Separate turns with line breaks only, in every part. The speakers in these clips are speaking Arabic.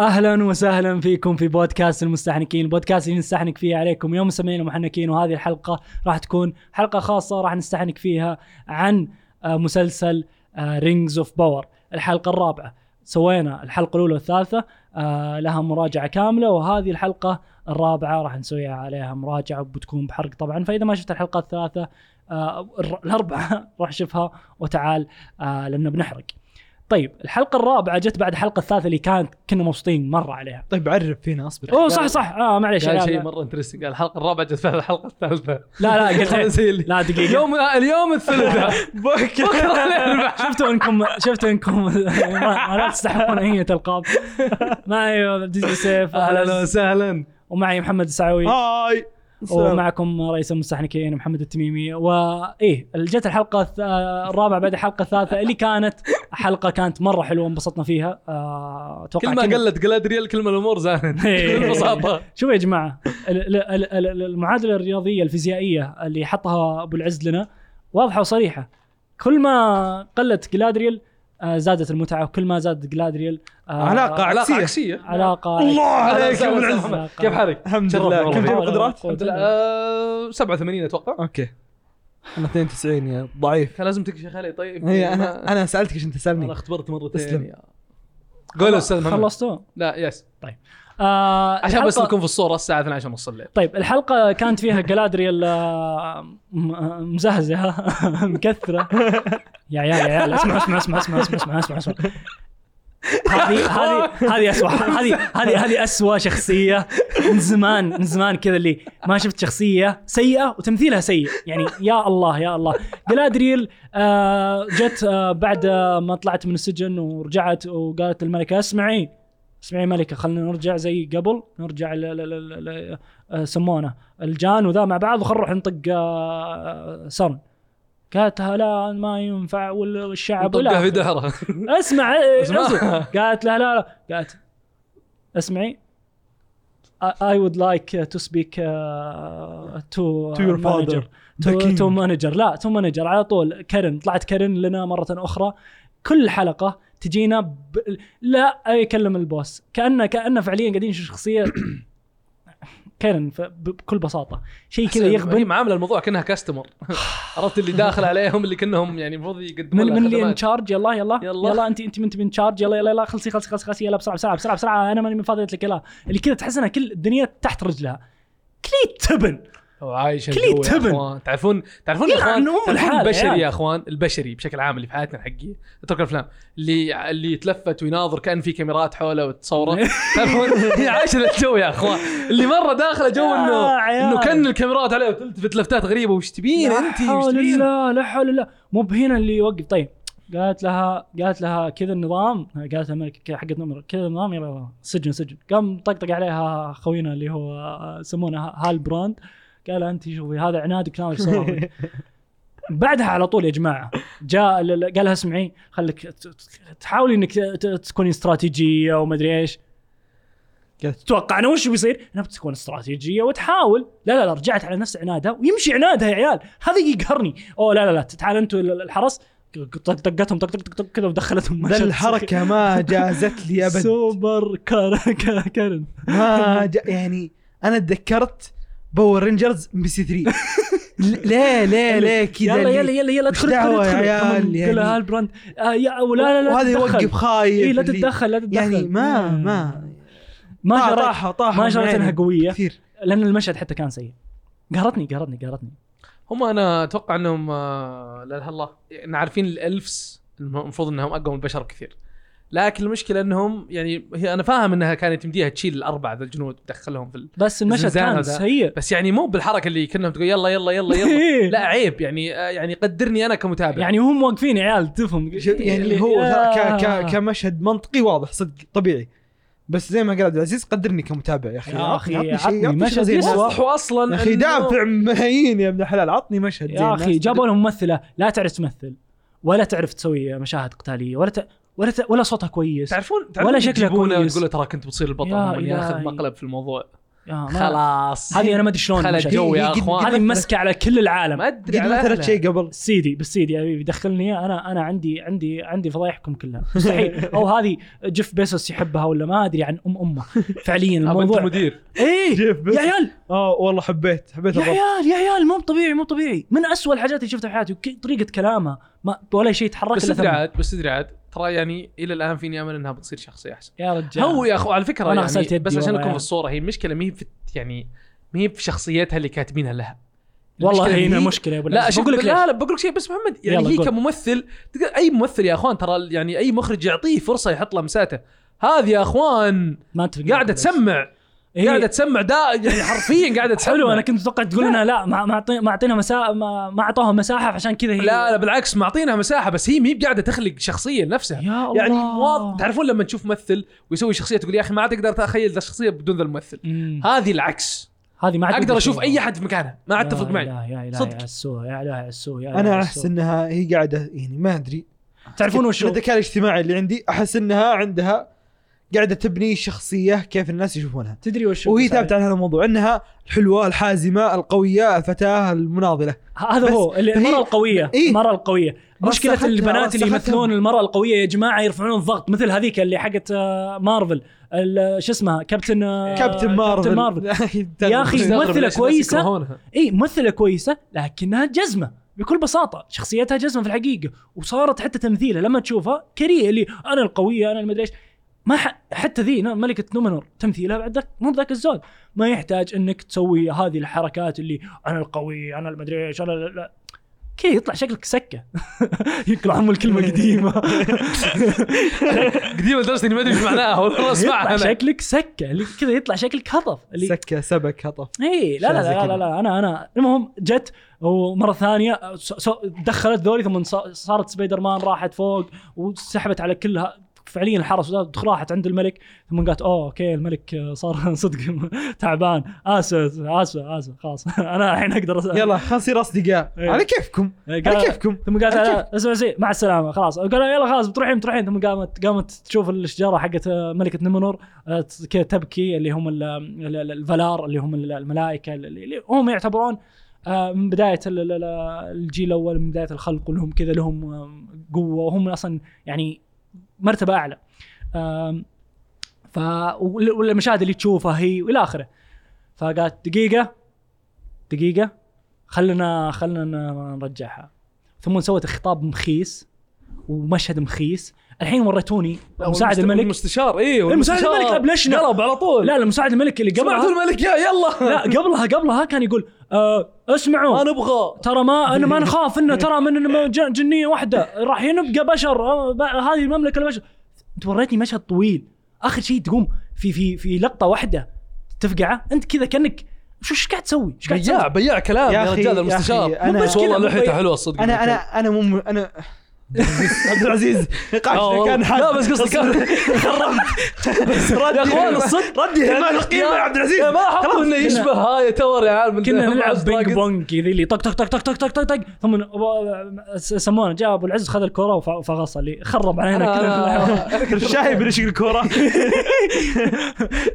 اهلا وسهلا فيكم في بودكاست المستحنكين، البودكاست اللي نستحنك فيه عليكم يوم سمعين محنكين وهذه الحلقه راح تكون حلقه خاصه راح نستحنك فيها عن آه، مسلسل آه، رينجز اوف باور، الحلقه الرابعه. سوينا الحلقه الاولى والثالثه آه، لها مراجعه كامله وهذه الحلقه الرابعه راح نسويها عليها مراجعه وبتكون بحرق طبعا فاذا ما شفت الحلقات الثلاثه آه، الر- الاربعه روح شوفها وتعال آه، لان بنحرق. طيب الحلقه الرابعه جت بعد الحلقه الثالثه اللي كانت كنا مبسوطين مره عليها
طيب عرف فينا اصبر
اوه صح صح اه معليش
قال
لا
شيء
لا
مره انترستنج قال الحلقه الرابعه جت بعد الحلقه الثالثه
لا قلت
خلنا
إيه.
زي اللي آه،
لا دقيقه
اليوم اليوم الثلاثاء بكره الاربعاء
شفتوا انكم شفتوا انكم ما ما لا تستحقون اي القاب معي عبد العزيز سيف
اهلا وسهلا
ومعي محمد السعوي
آه،
هاي
ومعكم رئيس المستحنكين محمد التميمي وايه جت الحلقه الث- الرابعه بعد الحلقه الثالثه اللي كانت حلقه كانت مره حلوه انبسطنا فيها آه، اتوقع
كل ما
كنا-
قلت جلادريال كل ما الامور زانت
إيه.
ببساطه
شوفوا يا جماعه ال- ال- ال- ال- المعادله الرياضيه الفيزيائيه اللي حطها ابو العز لنا واضحه وصريحه كل ما قلت جلادريل آه، زادت المتعه وكل ما زاد جلادريل آه،
علاقة عكسية.
علاقه عكسيه
علاقه
الله
أهلا
عليك يا
وسهلا،
ابو
أهلا
العز
وسهلا.
العز.
كيف حالك؟
الحمد
شرفنا
لله.
والله.
كم جاب
والله.
القدرات؟
الحمد لله. آه، 87 اتوقع
اوكي انا 92 يا ضعيف
كان لازم تكشف علي طيب
هي انا انا سالتك ايش انت
انا
تسالني
اختبرت مرتين
تسلم.
يا- إيه. قول يا استاذ محمد
خلصتوا
لا يس
آه،
عشان بس
الحلقة-
نكون في الصوره الساعه 12 ونص الليل
طيب الحلقه كانت فيها جلادريل آه، م- مزهزهه مكثره يا عيال يا عيال اسمع اسمع اسمع اسمع اسمع اسمع اسمع, اسمع. هذه هذه هذه اسوء هذه هذه هذه اسوء شخصيه من زمان من زمان كذا اللي ما شفت شخصيه سيئه وتمثيلها سيء يعني يا الله يا الله جلادريل آه، جت آه، بعد آه، ما طلعت من السجن ورجعت وقالت الملكه اسمعي اسمعي ملكه خلينا نرجع زي قبل نرجع ل- ل- ل- ل- آه، سمونه الجان وذا مع بعض وخل نروح نطق آه، سرن قالت لها لا ما ينفع وال- والشعب
طقها
لا
في دهره
اسمع
اسمع.
اسمع قالت لها لا لا قالت اسمعي I- I would like to speak uh, to, uh,
To your
manager.
father, the
to,
king.
to manager لا to manager على طول كرن طلعت كرن لنا مرة أخرى كل حلقة تجينا ب... لا يكلم البوس كأنه كأنه فعليا قاعدين نشوف شخصية كرن ف- ب- بكل بساطة شيء كذا
هي
يغبن
معامله الموضوع كانها كاستمر عرفت اللي داخل عليهم اللي كانهم يعني المفروض
من
يقدمون لها
من اللي ان
خدمات.
تشارج يلا يلا يلا,
يلا.
يلا انت انت انت من تشارج يلا يلا يلا خلصي خلصي خلصي خلصي يلا بسرعه بسرعه بسرعه بسرعه انا ماني من فاضيه لك يلا اللي كذا تحس انها كل الدنيا تحت رجلها كليت تبن
وعايش
كلي
الجو يا
تبن.
اخوان تعرفون تعرفون
يلعن
الاخوان
أم
تعرفون
الحالة
البشري
يعني.
يا اخوان البشري بشكل عام اللي في حياتنا الحقيقيه اترك الافلام اللي اللي يتلفت ويناظر كان في كاميرات حوله وتصوره تعرفون هي عايشه ذا الجو يا اخوان اللي مره داخله جو
يا
انه
عيال.
انه كان الكاميرات عليه وتلتفت لفتات غريبه وش تبين
لا
انت وش
حول
تبين
الله لا حول الله مو بهنا اللي يوقف طيب قالت لها قالت لها كذا النظام قالت لها ملك- كذا حقت نمر كذا النظام يلا يلا سجن سجن قام طقطق عليها خوينا اللي هو آه، يسمونه هال براند قال انت شوفي هذا عنادك ناوي صراحة بعدها على طول يا جماعه جاء ل- ل- قال لها اسمعي خليك ت- ت- تحاولي انك ت- ت- تكوني استراتيجيه وما ادري ايش
قالت-
تتوقعنا وش بيصير؟ انها بتكون استراتيجيه وتحاول لا لا لا رجعت على نفس عنادها ويمشي عنادها يا عيال هذا يقهرني اوه لا لا لا تعال انتوا ال- الحرس طق- طقتهم طق طق طق- طق كذا ودخلتهم
ذا الحركة ما جازت لي ابد
سوبر كار- كا- كارن
ما جا يعني انا تذكرت باور رينجرز ام بي سي 3 ل- ليه ليه ليه كذا
يلا
اللي-
يلا يلا يلا ادخل
وش
ادخل
دعوة يا
ادخل
عيال
قال
يعني؟
لها البراند آه، يا ولا لا لا
وهذا
تتدخل.
يوقف خايف
اي لا
اللي-
تتدخل لا تتدخل
يعني ما ما
ما
طاح-
جرت
طاحوا طاحوا
ما جرت
يعني
انها قويه
كثير
لان المشهد حتى كان سيء قهرتني قهرتني قهرتني
هم انا اتوقع انهم آه، لا اله الا الله احنا عارفين الالفس المفروض انهم اقوى من البشر بكثير لكن المشكله انهم يعني هي انا فاهم انها كانت تمديها تشيل الاربعه ذا الجنود تدخلهم في ال...
بس المشهد
الزنزانة
كان
ذا.
سيء إيه.
بس يعني مو بالحركه اللي كنا تقول يلا يلا يلا يلا لا عيب يعني آه، يعني قدرني انا كمتابع
يعني هم واقفين يا عيال تفهم
ش- يعني هو
يا-
ك ك كمشهد منطقي واضح صدق طبيعي بس زي ما قال عبد العزيز قدرني كمتابع يا اخي
يا أخي،
عطني
عطني
شيء عطني شيء
مشهد
زي الناس.
يسوى.
واضح اصلا
يا اخي
إنه-
دافع ملايين يا ابن الحلال عطني مشهد زي
يا اخي
الناس.
جابوا لهم ممثله لا تعرف تمثل ولا تعرف تسوي مشاهد قتاليه ولا ت... ولا ت... ولا صوتها كويس
تعرفون
ولا شكله
يجيبونه
كويس.
وتقول له ترى كنت بتصير البطل
يا
هم ياخذ
إلهي.
مقلب في الموضوع
آه، ما-
خلاص
هذه انا ما ادري شلون
خلى
مشت.
الجو يا
هي- هي
اخوان
هذه مسكه على كل العالم
ما ادري
قد
على
مثلت
أهلها.
شيء قبل
سيدي بالسيدي يا حبيبي دخلني إياه. انا انا عندي عندي عندي فضايحكم كلها مستحيل او هذه جيف بيسوس يحبها ولا ما ادري عن ام امه فعليا
أبا أنت
الموضوع
مدير
ايه
جيف بس
يا عيال
اه والله حبيت حبيت
يا
الربط.
عيال يا عيال مو طبيعي مو طبيعي من أسوأ الحاجات اللي شفتها في حياتي وك- طريقه كلامها ما ولا شيء تحرك
بس
إلا
ادري
ثم.
عاد بس ادري عاد ترى يعني الى الان فيني امل انها بتصير شخصيه احسن
يا رجال
هو يا اخو على فكره
أنا
أنا
غسلت
يعني
يدي
بس عشان
والله
نكون
يعني.
في الصوره هي المشكله ما هي في يعني ما هي في شخصيتها اللي كاتبينها لها
والله
المشكلة
هنا
هي-
مشكله يا ابو
لا
العز.
شوف
بقول لك
لا
ليش.
لا بقول لك شيء بس محمد يعني
يلا
هي
قول.
كممثل تقدر- اي ممثل يا اخوان ترى يعني اي مخرج يعطيه فرصه يحط لمساته هذه يا اخوان
ما اتفق معك
قاعده
بس.
تسمع
إيه.
قاعده تسمع دا يعني حرفيا قاعده تسمع
حلو انا كنت اتوقع تقول لنا لا ما ما أعطي- ما اعطينا مسا ما ما اعطوها مساحه عشان كذا هي
لا لا بالعكس معطينها مساحه بس هي مي قاعده تخلق شخصيه لنفسها
يا الله
يعني واضح تعرفون لما تشوف ممثل ويسوي شخصيه تقول يا اخي ما عاد اقدر اتخيل ذا الشخصيه بدون ذا الممثل
مم.
هذه العكس
هذه ما عاد
اقدر
ممكن
اشوف
أشوفها.
اي احد في مكانها ما عاد تفرق معي
يا إلهي، يا
صدق.
صدق يا السوء يا إلهي على السوء يا إلهي على
انا
السوء.
احس انها هي قاعده يعني ما ادري
تعرفون وشو
الذكاء الاجتماعي اللي عندي احس انها عندها قاعده تبني شخصيه كيف الناس يشوفونها
تدري وشو
وهي
بس
ثابته على هذا الموضوع انها الحلوه الحازمه القويه الفتاه المناضله
ه- هذا
بس
هو اللي-
هي-
المراه القويه
إيه؟
المراه القويه مشكله
رسختها-
البنات اللي
رسختها.
يمثلون المراه القويه يا جماعه يرفعون الضغط مثل هذيك اللي حقت آه، مارفل ال- شو اسمها كابتن آه،
كابتن مارفل
كابتن مارفل يا أخي،
أستغرب
ممثلة
ليش الناس
كويسة.
يكرهونها.
اي ممثله كويسه لكنها جزمه بكل بساطه شخصيتها جزمه في الحقيقه وصارت حتى تمثيلها لما تشوفها كريه اللي انا القويه انا المدري ايش ما ح... حتى ذي ن- ملكه نومنور تمثيلها بعد ذاك مو ذاك الزود ما يحتاج انك تسوي هذه الحركات اللي انا القوي انا المدري ايش انا لا- لا كي يطلع شكلك سكه يطلع عمو الكلمه قديمه
قديمه لدرجه اني ما ادري ايش معناها اول مره اسمعها
يطلع
انا
شكلك سكه اللي كذا يطلع شكلك هطف اللي
سكه سبك هطف
اي إيه، لا لا
شيء زي
لا, لا
كذا.
لا انا انا المهم جت ومره ثانيه س- س- دخلت ذولي ثم ص- صارت سبايدر مان راحت فوق وسحبت على كلها فعليا الحرس وذا- راحت عند الملك ثم قالت اوه اوكي الملك صار صدق تعبان اسف اسف اسف خلاص انا الحين اقدر أس-
يلا خلينا نصير اصدقاء
آه. إيه. آه.
على كيفكم على كيفكم
ثم قالت
على
لا، اسمع زي مع السلامه خلاص قالوا يلا خلاص بتروحين بتروحين ثم قامت قامت تشوف الشجره حقت آه، ملكه نمنور آه، ت- كذا تبكي اللي هم ال- ال- ال- الفلار اللي هم ال- الملائكه اللي اللي هم يعتبرون آه، من بدايه ال- ال- ال- الجيل الاول من بدايه الخلق ولهم كذا لهم آم، قوه وهم اصلا يعني مرتبه اعلى آم، ف وال- والمشاهد اللي تشوفها هي والى اخره فقالت دقيقه دقيقه خلنا خلنا نرجعها ثم سوت خطاب مخيس ومشهد مخيس الحين وريتوني مساعد
والمست-
الملك
المستشار اي
المساعد الملك ابلشنا قلب على طول لا المساعد الملك اللي
جماعه
قبلها
الملك يا يلا
لا قبلها قبلها كان يقول آه اسمعوا
انا ابغى
ترى ما انا ما نخاف انه ترى من من ج- جنيه واحده راح ينبقى بشر آه، ب- هذه المملكه البشر انت وريتني مشهد طويل اخر شيء تقوم في في في لقطه واحده تفقعه انت كذا كانك شو ايش قاعد تسوي؟ ايش قاعد
بياع
تسوي؟
بياع كلام يا رجال المستشار
انا
بس
والله
كذا
لحيته
بياع.
حلوه الصدق
انا انا انا مو انا عبد العزيز
آه
نقاش
والله.
كان حاد.
لا بس قصدي كان
بس ردي
يا اخوان الصدق
ردي ما القيمه يا عبد العزيز
ما حطوا انه يشبه هاي يا تور يا عالم
كنا نلعب
أصدق.
بينج بونج كذي اللي طق طق طق طق طق طق طق طق ثم سمونا جاء ابو العز خذ الكره وف- فغص اللي خرب علينا
أنا-
كلنا
الشاي بنشق الكوره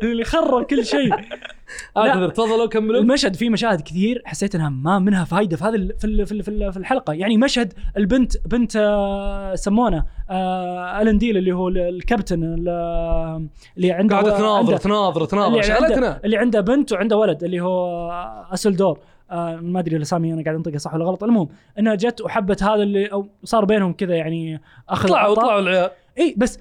اللي خرب كل شيء
اعتذر تفضلوا كملوا
المشهد فيه مشاهد كثير حسيت انها ما منها فايده في هذا ال- في ال- في ال- في ال- في الحلقه يعني مشهد البنت بنت آه، سمونه آه، الن ديل اللي هو ال- الكابتن ال- آه، اللي عنده
قاعده تناظر
عنده-
تناظر تناظر
اللي
شغلتنا
عنده اللي عنده بنت وعنده ولد اللي هو آه، اسلدور آه ما ادري الاسامي انا قاعد انطقها صح ولا غلط المهم انها جت وحبت هذا اللي او صار بينهم كذا يعني اخذ
طلعوا
وعطاء.
طلعوا العيال
اي بس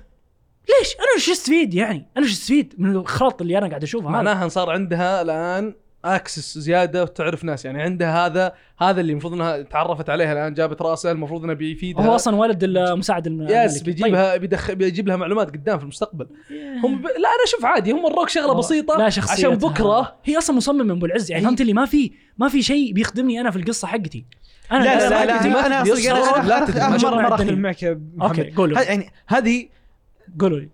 ليش انا ايش استفيد يعني انا ايش استفيد من الخلط اللي انا قاعد اشوفه هذا؟
معناها ان صار عندها الان اكسس زياده وتعرف ناس يعني عندها هذا هذا اللي المفروض انها تعرفت عليها الان جابت راسه المفروض انه بيفيدها
هو طيب. اصلا ولد المساعد الم-
يس
الملكي.
بيجيبها بيدخ... بيجيب لها معلومات قدام في المستقبل هم ب... لا انا اشوف عادي هم الروك شغله
آه،
والله.
بسيطه
لا شخصيتها.
عشان بكره
هي اصلا مصممه ابو العز يعني
إيه.
هي-
فهمت لي ما في ما في شيء بيخدمني انا في القصه حقتي انا
لا
قاعد
لا لا
أحكي تمام.
انا
تمثل
انا
يسرى.
أصدق- أنا-
لا
أنا-
تدري،
أنا
ما
مره
شغل
مره
عندنا.
اختلف معك يا محمد.
اوكي قولوا
ه- يعني هذه
قولوا لي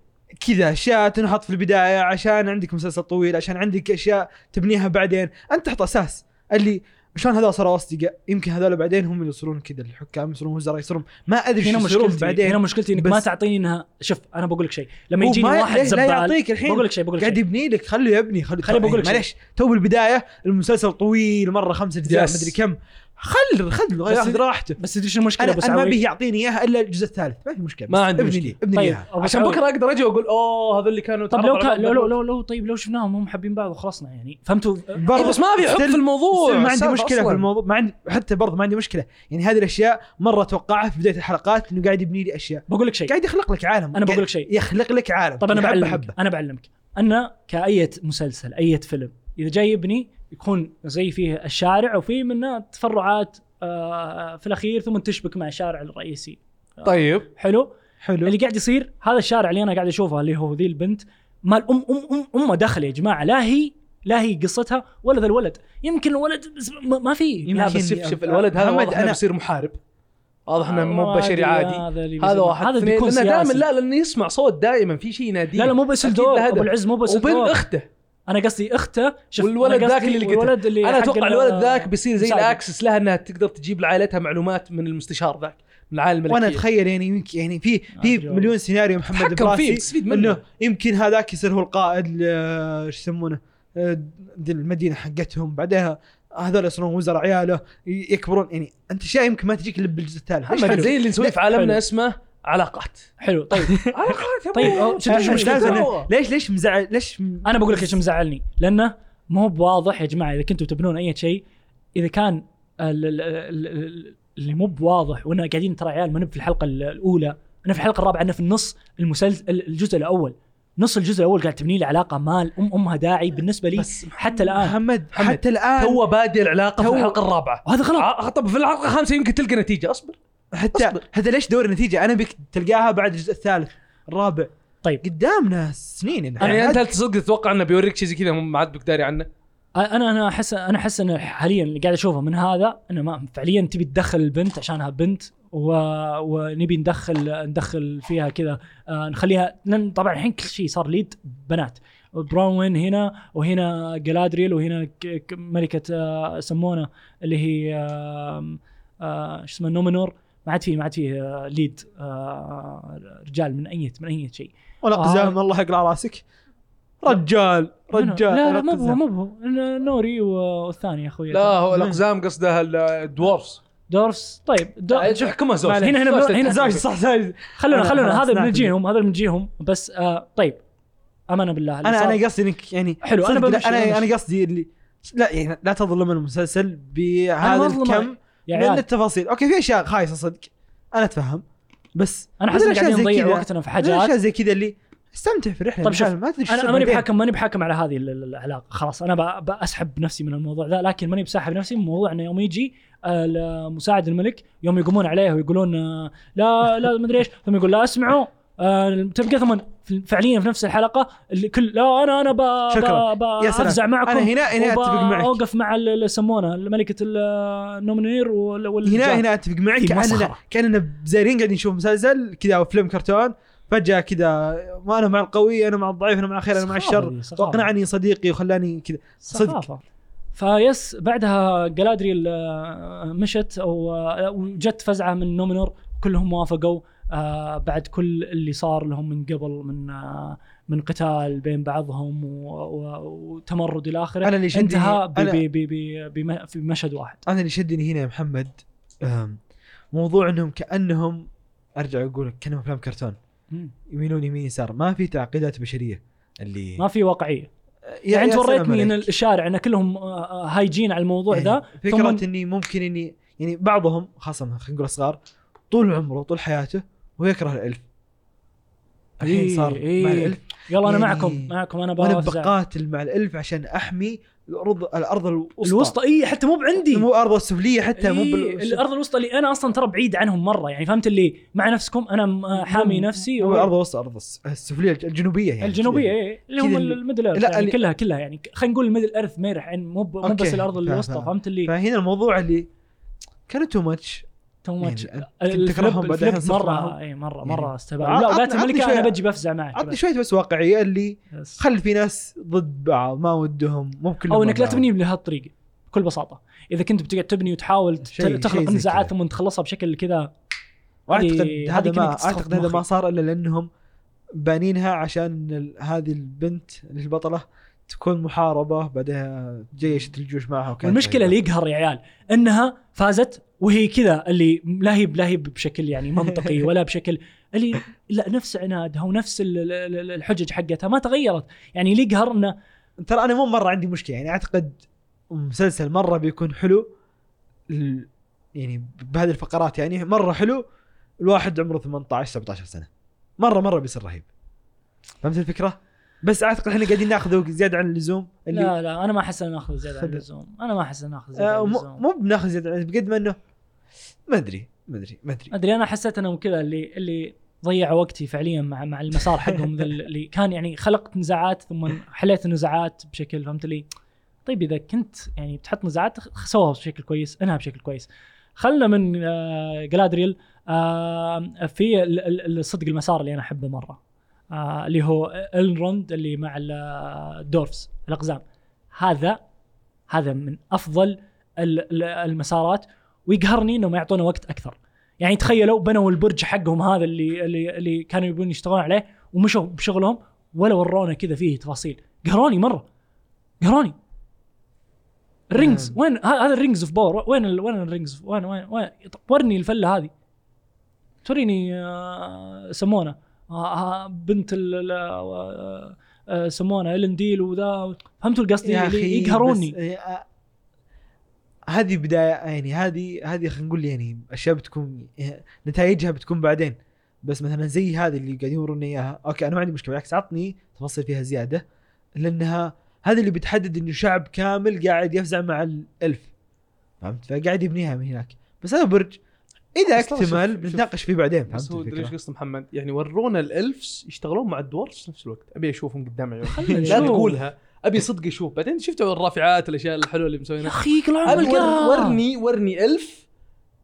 كذا اشياء تنحط في البدايه عشان عندك مسلسل طويل عشان عندك اشياء تبنيها بعدين انت تحط اساس اللي عشان هذول صاروا اصدقاء يمكن هذول بعدين هم اللي يصيرون كذا الحكام يصيرون وزراء يصيرون ما ادري
هنا
شو يصيرون
مشكلتي
بعدين
هنا مشكلتي انك ما
بس-
تعطيني انها شوف انا بقول لك شيء لما
هو
يجيني
ما-
واحد
ليش لا
زبال
يعطيك الحين
بقول لك شيء بقول لك
قاعد
شيء
يبني لك خليه يبني خليه
خليه بقول لك شيء.
معلش تو بالبدايه المسلسل طويل مره خمسة اجزاء
Yes.
مدري كم خل خل
بس-
ياخذ راحته
بس تدري شو المشكله
انا,
ابو
أنا ما
سعوي
به يعطيني اياها الا الجزء الثالث ما في مشكله
ما عندي
ابني
مشكلة.
لي ابني لي
طيب
اياها
أبو
عشان
سعوي.
بكره اقدر اجي واقول اوه هذول اللي كانوا
طب لو,
تعرفوا
كان
على
لو,
بعض
لو لو لو طيب لو شفناهم هم حابين بعض وخلصنا يعني فهمتوا
برضه
إيه بس ما في حب
still-
في الموضوع
still ما عندي
السالفة
مشكله في
أصلاً.
الموضوع ما عندي حتى برضه ما عندي مشكله يعني هذه الاشياء مره اتوقعها في بدايه الحلقات انه قاعد يبني لي اشياء
بقول لك شيء
قاعد يخلق لك عالم
أنا
قاعد
بقول لك شيء.
يخلق لك عالم
طب انا
حبة
بعلمك
حبة.
انا بعلمك انا كأية مسلسل أية فيلم اذا جاي يبني يكون زي فيه الشارع وفيه منه تفرعات آه، في الاخير ثم تشبك مع الشارع الرئيسي
طيب
حلو
حلو
اللي قاعد يصير هذا الشارع اللي انا قاعد اشوفه اللي هو ذي البنت ما الام ام ام امه دخل يا جماعه لا هي لا هي قصتها ولا ذا الولد يمكن الولد بس ما ما في
لا
يمكن
بس شوف
يا
شوف
أب-
الولد هذا
محمد
واضح انه
أنا-
بيصير محارب واضح انه مو
ما
بشري
أدري
عادي
اللي
هذا
بيصير-
واحد
هذا
اثنين
بيكون
لانه دائما
سياسي
لا لانه يسمع صوت دائما في شيء يناديه
لا لا مو بس
أكيد
الدور
له هدف.
ابو العز مو بس
وبين
الدور
اخته
انا قصدي اخته شوف
والولد
أنا
ذاك
قصدي
اللي لقيته.
والولد اللي
انا
حق
اتوقع
ال-
الولد ذاك بيصير زي
مساعدة.
الاكسس لها انها تقدر تجيب لعائلتها معلومات من المستشار ذاك من العائله الملكيه
وانا اتخيل يعني يمكن يعني في في
أدري والله.
مليون سيناريو محمد
تحكم فيه
براسي
تستفيد منه
انه يمكن هذاك يصير هو القائد ل- ايش يسمونه آه، دي المدينه حقتهم بعدها هذول يصيرون وزراء عياله ي- يكبرون يعني انت اشياء يمكن ما تجيك الا بالجزء الثالث ليش
محمد
حلو؟
زي اللي نسويه
لا،
في عالمنا
حلو.
اسمه علاقات
حلو طيب
علاقات يا
طيب،
أبوي.
أو- شو- شو- شو-
مش لازم
دعوة؟
ليش ليش مزعل ليش م-
انا بقول لك ايش مزعلني لانه مو بواضح يا جماعه اذا كنتوا تبنون اي شيء اذا كان ال- ال- ال- ال- اللي مو بواضح وانا قاعدين ترى عيال ما نب في الحلقه ال- الاولى انا في الحلقه الرابعه انا في النص المسلسل الجزء الاول نص الجزء الاول قاعد تبني لي علاقه مال ام امها داعي بالنسبه لي
بس
حتى الان
إيه، محمد
محمد،
حتى الان
تو بادي العلاقه في
تو-
الحلقه الرابعه
وهذا غلط
ع- طب في الحلقه الخامسه يمكن تلقى نتيجه اصبر
حتى
أصبر.
حتى ليش دور النتيجه انا بك تلقاها بعد الجزء الثالث الرابع
طيب.
قدامنا سنين يعني
يعني
عاد-
انت هل تصدق تتوقع انه بيوريك شيء زي كذا ما عاد يعنى. بقداري عنه
انا انا احس انا احس ان حاليا اللي قاعد اشوفه من هذا انه ما فعليا تبي تدخل البنت عشانها بنت و... ونبي ندخل ندخل فيها كذا آه نخليها لان طبعا الحين كل شيء صار ليد بنات براونوين هنا وهنا جلادريل وهنا ك... ك- ملكه آه سمونه اللي هي آه آه شو اسمه نومينور ما عاد فيه ما عاد فيه آه ليد آه رجال من اي من اي شيء
ولا
آه.
قزام الله يقلع راسك رجال رجال
لا لا مو
قزام.
هو مو هو نوري و- والثاني يا اخوي
لا هو الاقزام قصده الدورفز
دورفس طيب دور...
شو حكمها زوج
معلش. هنا- هنا-
زوج
هنا-
زوج
تتزوج.
صح زوج
خلونا
أنا
خلونا
خلاص
هذا
نعتذر.
بنجيهم هذا بنجيهم بس آه طيب امانه بالله اللي
انا
صار-
انا قصدي انك يعني
حلو، أنا
صدق لا،
بمشي-
انا
بمشي.
انا قصدي اللي لا يعني لا تظلم المسلسل بهذا
ما أظلمه.
الكم
يا
من
عيال
التفاصيل اوكي في اشياء خايسه صدق انا اتفهم بس
انا احس
مثل
إن
أشياء
قاعدين
زي
نضيع
كذا.
وقتنا في
مثل
حاجات
اشياء زي كذا اللي استمتع في الرحله
طب شوف،
لحالها، ما تدري شو
انا
تصير
ماني
بعدين.
بحاكم ماني بحاكم على هذه ال- ال- العلاقه خلاص انا ب- بسحب نفسي من الموضوع ذا لكن ماني بسحب نفسي من موضوع انه يوم يجي ال- مساعد الملك يوم يقومون عليه ويقولون آه، لا لا مدري ايش ثم يقول لا اسمعوا آه، تبقى ثم في- فعليا في نفس الحلقه الكل لا انا انا ب
شكراً.
ب- ب-
يا سلام.
افزع معكم
انا هنا هنا اتفق معك
اوقف مع ال- اللي يسمونه ملكه النومينير وال- والرجال.
هنا هنا اتفق معك
في
كاننا
مسخرة.
كاننا زايرين قاعدين نشوف مسلسل كذا او فيلم كرتون فجاه كذا ما انا مع القوي انا مع الضعيف انا مع الخير انا مع
سخافة
الشر
دي، سخافة.
واقنعني صديقي وخلاني كذا صدق.
صدق فيس بعدها جلادريل آه، مشت او آه، وجت فزعه من نومينور كلهم وافقوا آه، بعد كل اللي صار لهم من قبل من آه، من قتال بين بعضهم و- و- وتمرد الى اخره
انا اللي شدني
انتهى ب-
أنا-
ب- ب- ب- بم- في مشهد واحد
انا اللي شدني هنا يا محمد أم، موضوع انهم كانهم ارجع اقول لك كانهم افلام كرتون يميلون يمين يسار ما في تعقيدات بشريه اللي
ما في واقعيه
يا-
يعني
يا
انت
سلام
وريتني ان
عليك.
الشارع ان كلهم آه، آه، هايجين على الموضوع
يعني
ذا
فكره
ثم-
اني ممكن اني يعني بعضهم خاصه خلينا نقول صغار طول عمره طول حياته هو يكره الالف الحين
إيه،
صار
إيه.
مع الالف
يلا انا
يعني-
معكم معكم انا
وانا
بفزع.
بقاتل مع الالف عشان احمي الارض الارض الوسطى
الوسطى اي حتى مو بعندي
مو الارض السفليه حتى مو
إيه،
بال-
الارض الوسطى اللي انا اصلا ترى بعيد عنهم مره يعني فهمت اللي مع نفسكم انا م- حامي
مو-
نفسي
مو
و...
الارض الوسطى الارض الس- السفليه الجنوبيه يعني
الجنوبيه أيوة. إيه اللي هم
كذا اللي-
الميدل ايرث
لا،
يعني
اللي-
كلها كلها يعني ك- خلينا نقول الميدل ايرث ميرح يعني مو ب- مو
أوكي،
بس الارض
فاهم،
الوسطى
فاهم.
فهمت اللي
فهنا الموضوع اللي كان تو ماتش
تو ماتش
يعني تكرههم
الفليب إيه،
بعدين
الفليب
صرت
مره
معهم.
اي مره
يعني
مره استهبال
عطني-
لا وقالت
عطني
الملكه
شوية-
انا بجي بفزع معك
عطني
بس.
شويه بس واقعيه اللي
بس.
خل في ناس ضد بعض ما ودهم مو كلهم
او انك لا
مع بعض.
تبني بهالطريقه بكل بساطه اذا كنت بتقعد تبني وتحاول
شيء- شيء
تل- تخلق
زي كذا.
انزاعات ثم تخلصها بشكل كذا
واعتقد
هذه-
إيه، هذا
هذه كأنك
ما
تستخف
اعتقد هذا ما
مخك.
صار الا لانهم بانينها عشان ال- هذه البنت اللي البطله تكون محاربه بعدها جيشت الجيوش معها وكانت
المشكله اللي يقهر يا عيال انها فازت وهي كذا اللي لا هي لا هي بشكل يعني منطقي ولا بشكل اللي لا نفس عنادها ونفس ال- ال- ال- الحجج حقتها ما تغيرت يعني اللي يقهر انه
ترى انا مو مره عندي مشكله يعني اعتقد مسلسل مره بيكون حلو ال- يعني بهذه الفقرات يعني مره حلو الواحد عمره 18 17 سنه مره مره بيصير رهيب فهمت الفكره؟ بس اعتقد احنا قاعدين ناخذه زياده عن اللزوم اللي
لا لا انا ما احس ان ناخذ زياده عن
خذ-
اللزوم انا ما احس ان ناخذ زياده
آه
عن
مو
اللزوم
مو بناخذ زياده عن اللزوم قد ما انه ما ادري ما ادري ما ادري
ادري انا حسيت انهم كذا اللي اللي ضيع وقتي فعليا مع مع المسار حقهم ذا اللي كان يعني خلقت نزاعات ثم حليت النزاعات بشكل فهمت لي طيب اذا كنت يعني بتحط نزاعات خ- سوها بشكل كويس انها بشكل كويس خلنا من آه جلادريل آه في ال- ال- ال- صدق المسار اللي انا احبه مره آه اللي هو الروند اللي مع ال- الدورفز الاقزام هذا هذا من افضل ال- ال- المسارات ويقهرني انهم يعطونا وقت اكثر يعني تخيلوا بنوا البرج حقهم هذا اللي اللي اللي كانوا يبون يشتغلون عليه ومشوا بشغلهم ولا ورونا كذا فيه تفاصيل قهروني مره قهروني الرينجز
نعم.
وين ه- هذا الرينجز اوف باور وين ال وين الرينجز وين وين وين طب ورني الفله هذه توريني آه، يسمونه آه، آه، بنت ال- ال آه، آه، يسمونه النديل وذا فهمتوا القصد اللي يقهروني
بس- آه، هذه بدايه يعني هذه هذه خلينا نقول يعني اشياء بتكون آه، نتائجها بتكون بعدين بس مثلا زي هذه اللي قاعدين يورونا اياها اوكي انا ما عندي مشكله بالعكس عطني تفاصيل فيها زياده لانها هذا اللي بتحدد انه شعب كامل قاعد يفزع مع الالف فهمت فقاعد يبنيها من هناك بس هذا برج اذا
بس ترى شوف-
اكتمل
شوف-
بنتناقش فيه بعدين
بس
فهمت
هو تدري ايش
الفكره؟
قصه محمد يعني ورونا الالفس يشتغلون مع الدورفس في نفس الوقت ابي اشوفهم قدام عيوني
خلنا
لا
نشوف.
تقولها ابي صدق اشوف بعدين شفتوا الرافعات الاشياء الحلوه اللي
يا
مسوينها
اخي كلام
أبي ور-
القهر
ورني ورني الف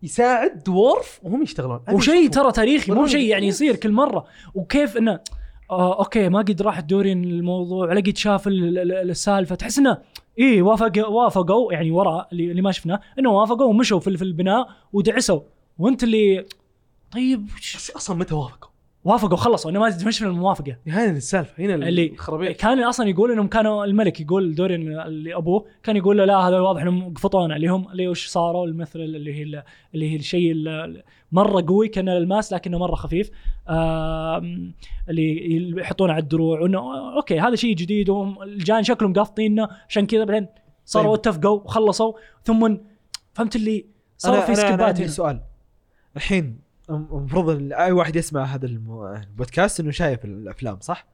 يساعد دورف وهم يشتغلون أبي
وشيء
أشوفهم.
ترى تاريخي مو
والله
شيء يعني
جميل.
يصير كل مره وكيف انه آه اوكي ما قد راح دورين الموضوع لا قد شاف ال- ال- ال- السالفه تحس انه ايه وافق وافقوا يعني وراء اللي, اللي ما شفناه انه وافقوا ومشوا في, في البناء ودعسوا وانت اللي طيب وش-
بس اصلا متى وافقوا؟
وافقوا خلصوا انا ما ما شفنا الموافقه
هنا السالفه هنا
اللي-
الخرابيط
كان اصلا يقول انهم كانوا الملك يقول دورين اللي ابوه كان يقول له لا هذا واضح انهم قفطونا اللي هم اللي وش صاروا المثل اللي هي ال- اللي هي الشيء ال- مره قوي كان الماس لكنه مره خفيف آم، اللي يحطونه على الدروع وانه اوكي هذا شيء جديد والجان شكلهم قافطيننا عشان كذا بعدين صاروا
طيب.
اتفقوا وخلصوا ثم فهمت اللي صار
أنا-
في يعني.
أنا- أنا
سكبات
عندي
هنا.
سؤال الحين المفروض ال- اي واحد يسمع هذا المو- البودكاست انه شايف الافلام صح؟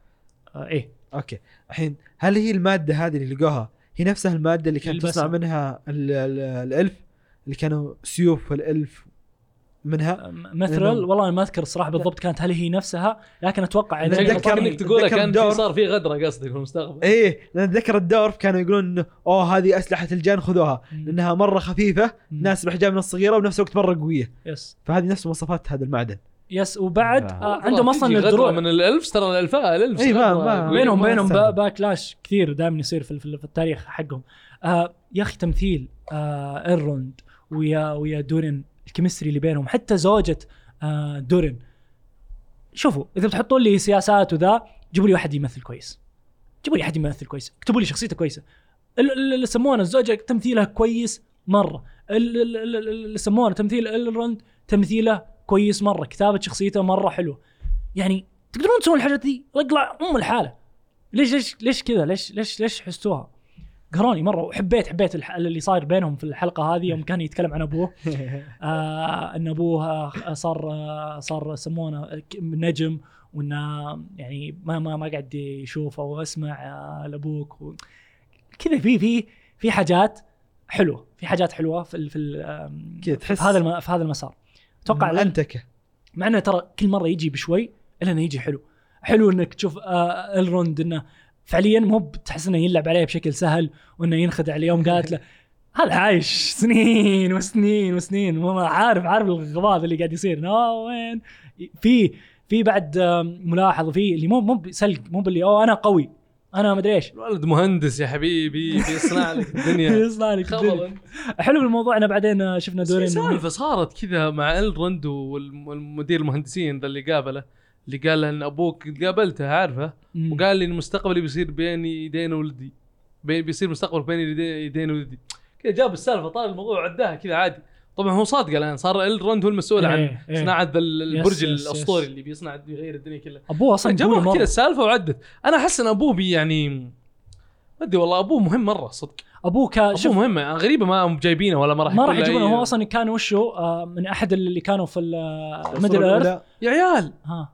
آه، ايه
اوكي الحين هل هي الماده هذه اللي لقوها هي نفسها الماده اللي كانت
يلبسها.
تصنع منها ال- ال- الالف اللي كانوا سيوف الالف منها
مثل والله ما اذكر الصراحه بالضبط كانت هل هي نفسها لكن اتوقع إذا
أتذكر-
غلطاني-
انك تقولها
أتذكر
كان في
الدور.
صار في غدره قصدي في
إيه.
المستقبل
ايه لان اتذكر الدورف كانوا يقولون انه اوه هذه اسلحه الجان خذوها
مم.
لانها مره خفيفه
مم.
ناس باحجامنا الصغيره وبنفس الوقت مره قويه
يس
فهذه نفس مواصفات هذا المعدن
يس وبعد
آه.
آه عندهم اصلا الدروع إيه،
من الالفس ترى الالفاء الالفس
إي، ما-
غدرة.
ما-
بينهم
ما
بينهم
يستاهل.
با- باكلاش كثير دائما يصير في, في, في التاريخ حقهم آه يا اخي تمثيل آه ايرلوند ويا ويا دورين الكيمستري اللي بينهم حتى زوجة آه دورين شوفوا اذا بتحطون لي سياسات وذا جيبوا لي واحد يمثل كويس جيبوا لي احد يمثل كويس اكتبوا لي شخصيته كويسه ال- ال- اللي يسمونه الزوجه تمثيلها كويس مره ال- ال- ال- ال- اللي يسمونه تمثيل الروند تمثيله كويس مره كتابه شخصيته مره حلوه يعني تقدرون تسوون الحاجات دي اقلع ام الحاله ليش ليش ليش كذا ليش ليش ليش حستوها قهروني مره وحبيت حبيت الح- اللي صاير بينهم في الحلقه هذه يوم كان يتكلم عن ابوه آه ان ابوه آه، صار آه، صار يسمونه ك- نجم وانه يعني ما ما ما قاعد يشوف او اسمع آه، لابوك و- كذا في في في حاجات حلوه في حاجات حلوه في ال- في, ال- آم،
كذا تحس
في هذا الم- في هذا المسار اتوقع لأن-
انتكه
مع انه ترى كل مره يجي بشوي الا انه يجي حلو حلو انك تشوف آه الروند انه فعليا مو بتحس انه يلعب عليه بشكل سهل وانه ينخدع اليوم قاتله هذا عايش سنين وسنين وسنين وما عارف عارف الغباء اللي قاعد يصير لا وين آه، في في بعد آم، ملاحظه في اللي مو مو بسلق مو باللي اوه انا قوي انا مدري ايش
الولد مهندس يا حبيبي بيصنع لك الدنيا
يصنع لك
خبر
الدنيا.
أنت.
حلو الموضوع انا بعدين آه، شفنا
في
دورين
سالفه صارت كذا مع الرند والم- والمدير المهندسين ذا اللي قابله اللي قال له ان ابوك قابلته عارفه
مم.
وقال لي ان مستقبلي بيصير بين يدين ولدي بي- بيصير مستقبل بين يدي- يدين ولدي كذا جاب السالفه طال الموضوع عداها كذا عادي طبعا هو صادق الان صار الرند هو المسؤول عن
إيه، إيه.
صناعه ذا ال-
يس،
البرج
يس، يس.
الاسطوري اللي بيصنع يغير الدنيا كلها
ابوه اصلا قوي
جابوها كذا
مره
السالفه وعدت انا احس ان ابوه بي يعني ما ادري والله ابوه مهم مره صدق
ابوه كا-
ابوه
شوف
مهم يعني غريبه ما هم جايبينه ولا ما راح
ما راح
يكون له
يجيبونه
أي- يعني.
هو اصلا كان وشو آه، من احد اللي كانوا في
الصورة
ميدل ايرث
الأولى-
يا عيال
ها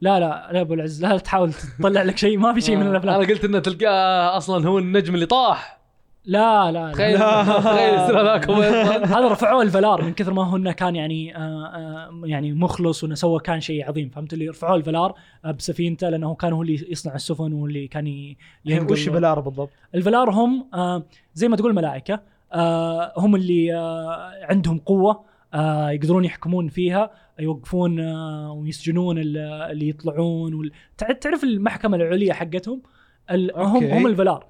لا لا لا ابو العز لا تحاول تطلع لك شيء ما في شيء من
آه،
الافلام
انا قلت انه تلقاه اصلا هو النجم اللي طاح
لا لا لا
تخيل تخيل يصير هذاك هو أيضاً.
هذا رفعوه الفلار من كثر ما هو انه كان يعني آه، آه، يعني مخلص وانه سوى كان شيء عظيم فهمت اللي رفعوه الفلار آه، بسفينته لانه كان هو اللي يصنع السفن وهو اللي كان ي- ينقل
يعني وش بلار بالضبط؟
الفلار هم آه، زي ما تقول ملائكه آه، هم اللي آه، عندهم قوه آه، يقدرون يحكمون فيها يوقفون آه، ويسجنون ال- اللي يطلعون وال- تع- تعرف المحكمه العليا حقتهم ال- هم
أوكي.
هم الفلار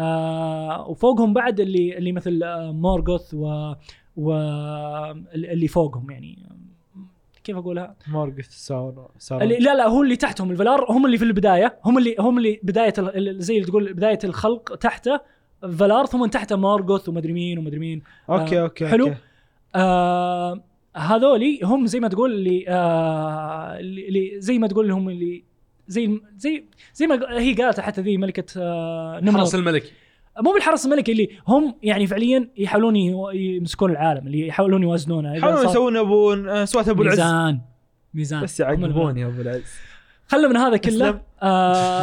آه، وفوقهم بعد اللي اللي مثل آه، مورغوث و و اللي فوقهم يعني كيف اقولها؟
مورغث ساون
اللي
ساون
لا لا هو اللي تحتهم الفلار هم اللي في البدايه هم اللي هم اللي بدايه ال- ال- زي اللي تقول بدايه الخلق تحته فلار ثم تحته مارغوث ومدري مين ومدري مين
اوكي اوكي
حلو.
أوكي.
آه هذولي هم زي ما تقول اللي آه اللي اللي زي ما تقول هم اللي زي زي زي ما هي قالت حتى ذي ملكه آه نمرود
حرس الملكي
مو بالحرس الملكي اللي هم يعني فعليا يحاولون يو- يمسكون العالم اللي يحاولون يوازنونه إذا
حاولوا
صار
يسوون ابو آه، سوات ابو العز
ميزان ميزان
بس
هم الفلار.
يعقبون يا ابو العز
خلى من هذا كله
اسلم.
آه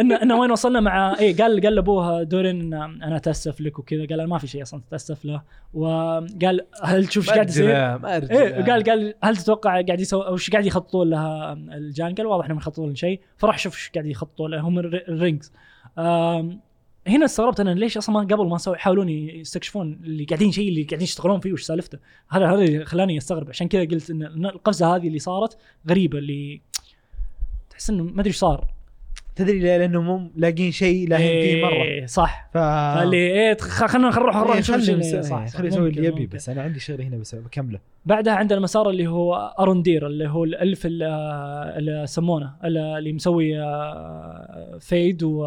انه انه وين وصلنا مع اي قال قال لابوها دورين آه، انا اتاسف لك وكذا قال أنا ما في شيء اصلا تتاسف له وقال هل تشوف ايش قاعد يصير؟
ما ادري
ايه قال قال هل تتوقع قاعد يسوي وش قاعد يخططون لها الجان؟ قال واضح انهم يخططون شيء فراح شوف ايش قاعد يخططون له هم الر- الرينجز آم، هنا استغربت انا ليش اصلا ما قبل ما سووا يحاولون يستكشفون اللي قاعدين شيء اللي قاعدين يشتغلون فيه وش سالفته هذا هذا اللي خلاني استغرب عشان كذا قلت ان إن القفزه هذه اللي صارت غريبه اللي تحس انه ما ادري ايش صار
تدري ليه؟ لانه مو لاقين شيء لاهين فيه مره
إيه، صح
ف
فاللي ايه خ- خلينا نروح نروح
إيه،
نشوف
خلي
شو
يسوي-
صح
خلي يسوي اللي
ممكن-
يبي
ممكن.
بس انا عندي شغله هنا بس بكمله
بعدها عندنا مسار اللي هو اروندير اللي هو الالف ال- اللي سمونه اللي مسوي آه، فيد و-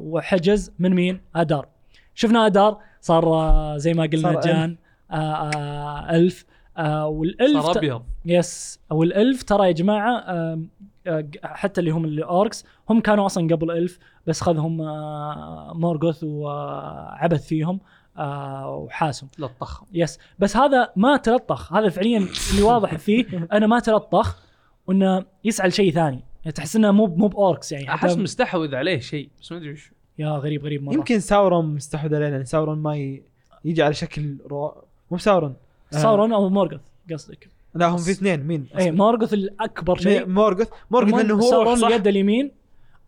وحجز من مين؟ ادار شفنا ادار صار آه، زي ما قلنا
صار
جان آه، آه، الف آه، والالف
صار
ت-
ابيض
يس والالف ترى يا جماعه آم، آه، حتى اللي هم الاوركس هم كانوا اصلا قبل الف بس خذهم آه، مورغوث وعبث فيهم آه، وحاسهم
لا تضخم
يس بس هذا ما تلطخ هذا فعليا اللي واضح فيه انا ما تلطخ وانه يسعى لشيء ثاني يعني تحس انه مو مو باوركس يعني حتى-
احس مستحوذ عليه شيء بس ما ادري وش
يا غريب غريب مره
يمكن ساورون مستحوذ عليه لان ساورون ما ي... يجي على شكل رو... مو بساورون
ساورون او مورغوث قصدك
لا هم في اثنين مين؟
اي مورغوث الاكبر شيء
مورغث مورغث
مورغوث
لانه هو روح
إيه. ساورون
صح
اليد اليمين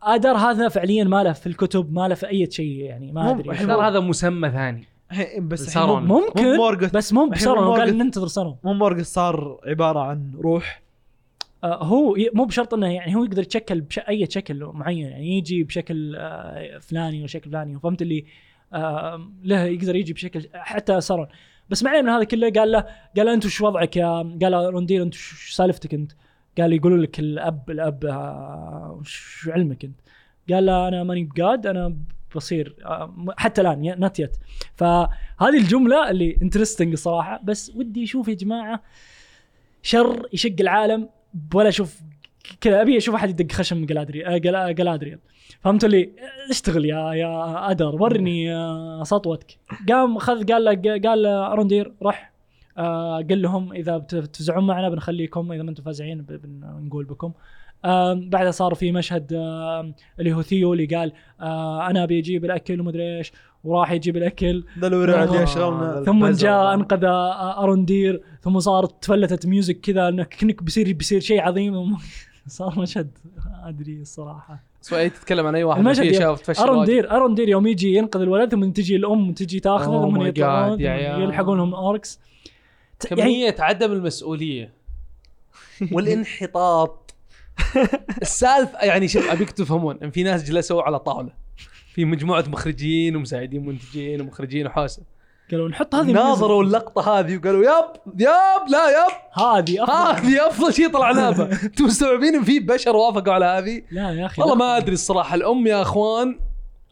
ادر هذا فعليا ما له في الكتب ما له في اي شيء يعني ما
مو-
ادري
إحنا-
صار هذا مسمى ثاني
إيه، بس الحين
ساورون.
مو-
ممكن
مو مورغوث.
بس مو
الحين
بسرعه
مو
قال
مورغوث.
ننتظر سنه
مو مورغث صار عباره عن روح
آه هو ي- مو بشرط انه يعني هو يقدر يتشكل باي شكل معين يعني يجي بشكل آه فلاني وشكل فلاني فهمت اللي آه له يقدر يجي بشكل حتى سرون بس معي من هذا كله قال له قال له انت وش وضعك يا قال له رونديل انت وش وش سالفتك انت؟ قال يقولوا لك الاب الاب آه، وش علمك انت؟ قال له انا ماني بقاد انا بصير آه، م- حتى الان نت يت فهذه الجمله اللي انترستنج الصراحه بس ودي اشوف يا جماعه شر يشق العالم ولا اشوف كذا ابي اشوف احد يدق خشم من جلادري آه، جلا- جلادريال فهمت اللي اشتغل يا يا ادر ورني آه، سطوتك قام خذ قال له قال له اروندير روح آه، قل لهم اذا بت- بتفزعون معنا بنخليكم اذا ما انتم فازعين ب- بنقول بكم آم، بعدها صار في مشهد آم، اللي هو ثيو اللي قال آه، انا ابي اجيب الاكل ومدري ايش وراح يجيب الاكل
ذا الورع
آه.
اللي شغلنا
ثم جاء انقذ اروندير ثم صارت تفلتت ميوزك كذا انك كنك بيصير بيصير شيء عظيم صار مشهد ما ادري الصراحه
سواء تتكلم عن اي واحد
المشهد
فيه
يا-
شاف تفشل واجد.
اروندير اروندير يوم يجي ينقذ الولد ثم تجي الام تجي تاخذه
Oh
ثم
my
يطلعون
God،
ثم
يا عيال.
يلحقون لهم اوركس ت- يعني
كمية عدم المسؤولية والانحطاط السالفه يعني شوف ابيك تفهمون ان في ناس جلسوا على طاوله في مجموعه مخرجين ومساعدين منتجين ومخرجين وحوسه
قالوا نحط هذه
ناظروا اللقطه هذه وقالوا ياب ياب لا
الميزة.
ياب
هذه افضل
هذه افضل شيء طلع لها بها. انتم مستوعبين ان في بشر وافقوا على هذه
لا يا اخي
والله
لا.
ما ادري الصراحه الام يا اخوان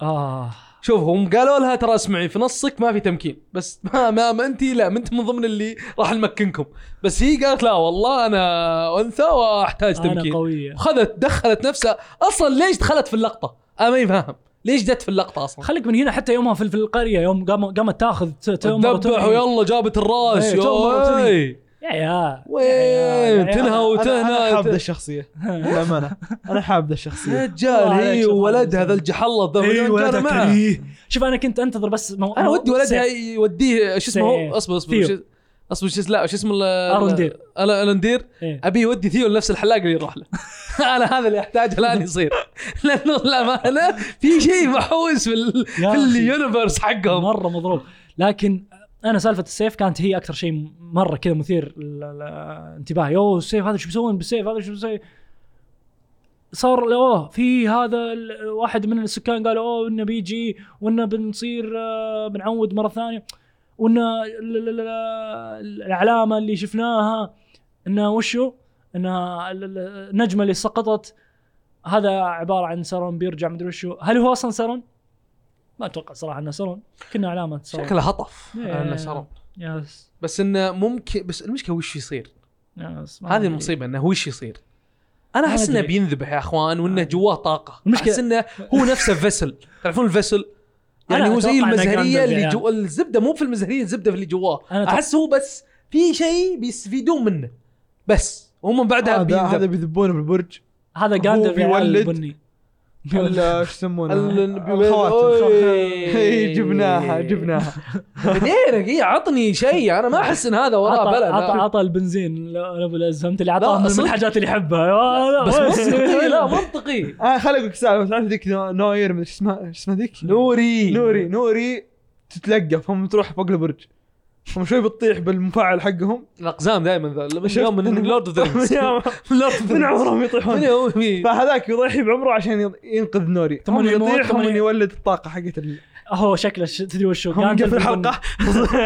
اه
شوف هم قالوا لها ترى اسمعي في نصك ما في تمكين بس ما ما, ما انت لا ما انت من ضمن اللي راح نمكنكم بس هي قالت لا والله انا انثى واحتاج
انا
تمكين
قويه
خذت دخلت نفسها اصلا ليش دخلت في اللقطه انا ما فاهم ليش جت في اللقطه اصلا
خليك من هنا حتى يومها في في القريه يوم قام- قامت تاخذ ت- تؤمر
تذبح
وتنهي.
ويلا جابت الراس
إيه، تؤمر وتنهي.
يوي.
يا يا
وين تنهى
أنا- انا حاب ذا
وتهنى
الشخصيه للامانه انا حاب ذا الشخصيه
رجال
والله
هي
شوف
وولدها
هذا.
ذا الجحلة ذا
إيه،
وأنا
ولدها
معه.
كريه. شوف انا كنت انتظر بس مو...
انا
مو-
ودي ولدها
سيف.
يوديه شو اسمه
سيف.
هو اصبر اصبر
ثيو.
شو- اصبر شو اسمه لا شو اسمه
أرنديل.
انا الندير
إيه.
ابي يودي ثيو لنفس الحلاق اللي يروح له انا هذا اللي احتاجه الان يصير لانه للامانه في شيء محوس في, ال...
يا
في
أخي.
اليونيفرس حقهم
مره مضروب لكن انا سالفه السيف كانت هي اكثر شيء مره كذا مثير للانتباه يو السيف هذا شو بيسوون بالسيف هذا شو بيسوي صار له، اوه في هذا ال- واحد من السكان قالوا اوه انه بيجي وانه بنصير آه، بنعود مره ثانيه وان ال- ال- ال- ال- العلامه اللي شفناها انه وشو؟ انها ال- ال- النجمه اللي سقطت هذا عباره عن سرون بيرجع مدري وشو، هل هو اصلا سرون؟ ما اتوقع صراحه انه سرون، كنا علامه سرون
شكله هطف
إيه.
انه صار
يس
بس انه ممكن بس المشكله وش يصير
يس ما
هذه
أدري.
المصيبه انه وش يصير انا
آه، ما
احس انه
أدري.
بينذبح يا اخوان
ما
وانه
أدري.
جواه طاقه
المشكلة-
المشكله احس انه هو نفسه فيسل تعرفون الفيسل
أنا
يعني هو زي
أتوقع إنه جراندل
المزهريه اللي
يعني.
جو الزبده مو في المزهريه الزبده في اللي جواه
أنا أتوقع-
احس هو بس في شيء بيستفيدون منه بس وهم من بعدها
هذا هذا
بينذب.
بيذبونه بالبرج
هذا
هو
قاعد
بيولد.
بني
ولا شو يسمونه
ال- بيولد.
الخواتم
أوي.
إي، جبناها جبناها
بعدين إيه، عطني شيء انا ما احس ان هذا وراه
عطى
بلد
عطى عطى البنزين لابو الأز، فهمت اللي
لا،
عطاه من
صدق.
الحاجات اللي يحبها يا- لا،
بس
وين؟
منطقي لا منطقي
انا آه، خليني اقول لك سالفه تعرف ذيك نو- نوير مدري شو اسمها شو اسمها ذيك
نوري
نوري نوري تتلقف هم تروح فوق البرج هم شوي بتطيح بالمفاعل حقهم
الاقزام دائما ذا من
شفت
يوم من لورد اوف ذا رينجز لورد اوف
من عمرهم يطيحون
ذا
فهذاك يضحي بعمره عشان يض- ينقذ نوري
ثم
ثم
يموت،
يطيح
ثم
ثم
ي-
يولد الطاقه حقت ال...
هو شكله ش- تدري وشو
هم
قاندلف
قفل
البني.
الحلقه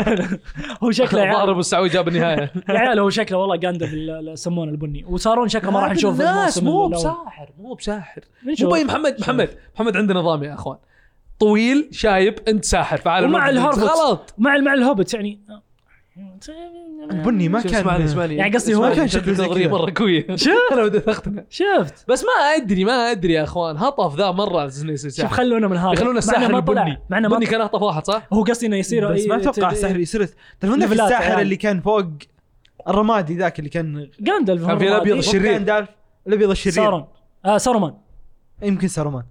هو شكله يا عيال-
ضارب السعوي جاب النهايه
يا عيال هو شكله والله قاندلف ال- ال- يسمونه البني وصارون شكله ما راح نشوف
الناس
الموسم
مو
الأول.
بساحر مو بساحر
بنشوف.
مو باي محمد محمد محمد عنده نظام يا اخوان طويل شايب انت ساحر فعال
ومع الهربت.
غلط
مع مع الهوبت يعني آه.
البني ما
شوف،
كان
اسمعني اسمعني
يعني قصدي هو
اسمعني،
كان
أنت
شكله زي
نظريه
كذا.
مره قويه انا وثقتنا
شفت
بس ما ادري ما ادري يا اخوان هطف ذا مره على اساس انه يصير
شوف
ساحر
خلونا من هذا
يخلون
مع إنه
الساحر
ما طلع-
البني
مع انه ما
البني كان اهطف واحد صح؟
هو قصدي انه يصير إيه،
بس ما
ي-
اتوقع
ت-
السحر يصير تعرفون ذاك
ليفلات
الساحر
عالي.
اللي كان فوق الرمادي ذاك اللي كان
غاندلف
كان في
هو
الأبيض
ما-
الشرير.
كان دالف الابيض الشرير
سارون آه سارومان
يمكن سارومان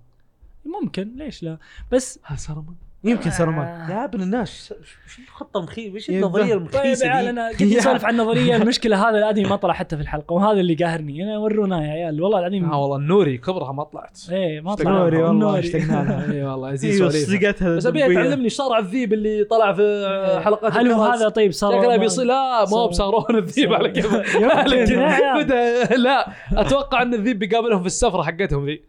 ممكن ليش لا بس
ها سرمان
يمكن سارومان
إيه،
يا ابن الناس وش الخطه المخيفه وش
يبدأ.
النظريه
طيب
المخيسه
يا عيال
دي؟
انا قد نسولف عن النظريه المشكله هذا الادمي ما طلع حتى في الحلقه وهذا اللي قاهرني انا ورونا يا عيال والله العظيم
ها آه، والله النوري كبرها ما طلعت
ايه ما طلع
نوري والله
نوري.
اشتقنا لها
أيوة.
اي والله عزيز
ايوه
سواليف
صدقتها
بس ابي تعلمني صارع الذيب اللي طلع في حلقات
أيوة. هل هو
الناس.
هذا طيب صار
شكله بيصير لا ما هو
صار-
بصارون الذيب على كيف على
يمكن. نعم. يا عيال.
كيف. بدأ- لا اتوقع ان الذيب بيقابلهم في السفره حقتهم ذي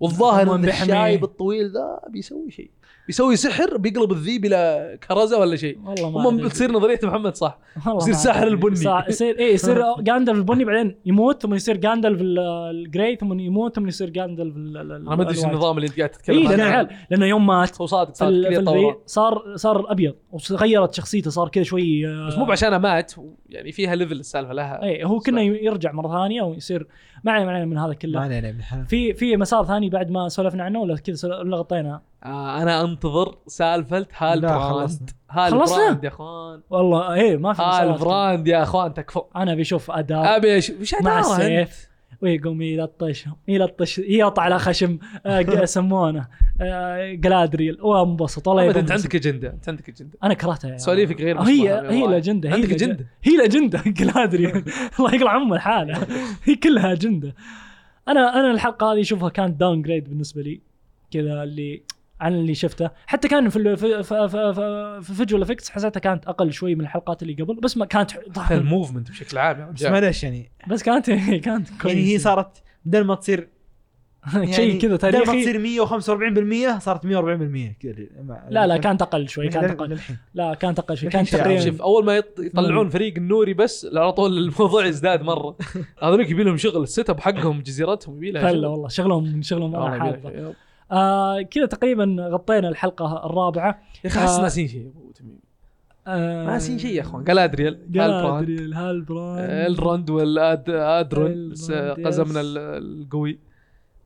والظاهر
هم
ان
بيحميه.
الشايب الطويل ذا بيسوي شيء بيسوي سحر بيقلب الذيب الى كرزه ولا شيء
والله ما
هم
أدري.
بتصير نظريه محمد صح
والله
يصير
ما
ساحر
أدري.
البني.
صا- يصير ايه يصير غاندلف البني بعدين يموت ثم يصير غاندلف ال- الجراي ثم يموت ثم يصير غاندلف
انا ما ادري ايش النظام اللي انت قاعد
اي
تتكلم
لانه
عنه
إيه، عيال لانه يوم مات
هو صادق
في
صادق
ال-
كذا
في
يطورون.
الري صار صار ابيض وغيرت شخصيته صار كذا شوي آه،
بس مو بعشانها مات يعني فيها ليفل السالفه لها
اي هو كنا يرجع مره ثانيه ويصير ما علينا ما علينا من هذا
ما
كله
علينا يا ابن الحلال
في في مسار ثاني بعد ما سولفنا عنه ولا كذا سول- ولا غطينا
آه انا انتظر سالفه هال
لا،
براند
خلصنا.
هال
خلصنا؟
براند يا اخوان
والله ايه ما في
هال
مسارات.
براند يا اخوان تكفون
انا بشوف اداء
ابي اشوف وش
آه. مع
أدارة أنت؟
السيف ويقوم يلطشهم يلطش يقطع على خشم آه، ق- يسمونه آه، جلادريل وانبسط والله
أبد، انت
يبنبسط.
عندك اجنده انت عندك اجنده
انا كرهتها يعني.
سواليفك غير
هي
مسموعة،
هي
والله.
الاجنده هي
عندك
الأج-
اجنده
هي الاجنده جلادريال الله يقلع امه الحالة هي كلها اجنده انا انا الحلقه هذه اشوفها كانت داون جريد بالنسبه لي كذا اللي عن اللي شفته حتى كان في ال- في في, في, في, في فيجوال افكتس حسيتها كانت اقل شوي من الحلقات اللي قبل بس ما كانت
الموفمنت بشكل عام يا
بس
رجال.
معليش يعني
بس كانت كانت كويسة
يعني هي صارت بدل ما تصير
يعني
يعني
شيء كذا
بدل ما
تاريخي
تصير 145% صارت 140% كذا
لا لا كانت اقل شوي كانت اقل
للحين
لا كانت اقل شوي
لكن
كانت
شاف-
تقريبا
شوف اول ما يط- يطلعون فريق النوري بس على طول الموضوع يزداد مره هذوليك يبي لهم شغل السيت اب حقهم جزيرتهم يبي لها
هلا
شغل.
والله شغلهم شغلهم
والله
مره
يبي لها
حاضر
شغل.
آه كذا تقريبا غطينا الحلقه الرابعه
يا اخي احس
آه.
ناسين شيء يا أبو تميم.
آه
ناسين شيء يا اخوان جلادريال هالبراند
جلادريال هالبراند
الروند والادرون
الروند،
س-
يس.
آه، قزمنا ال- القوي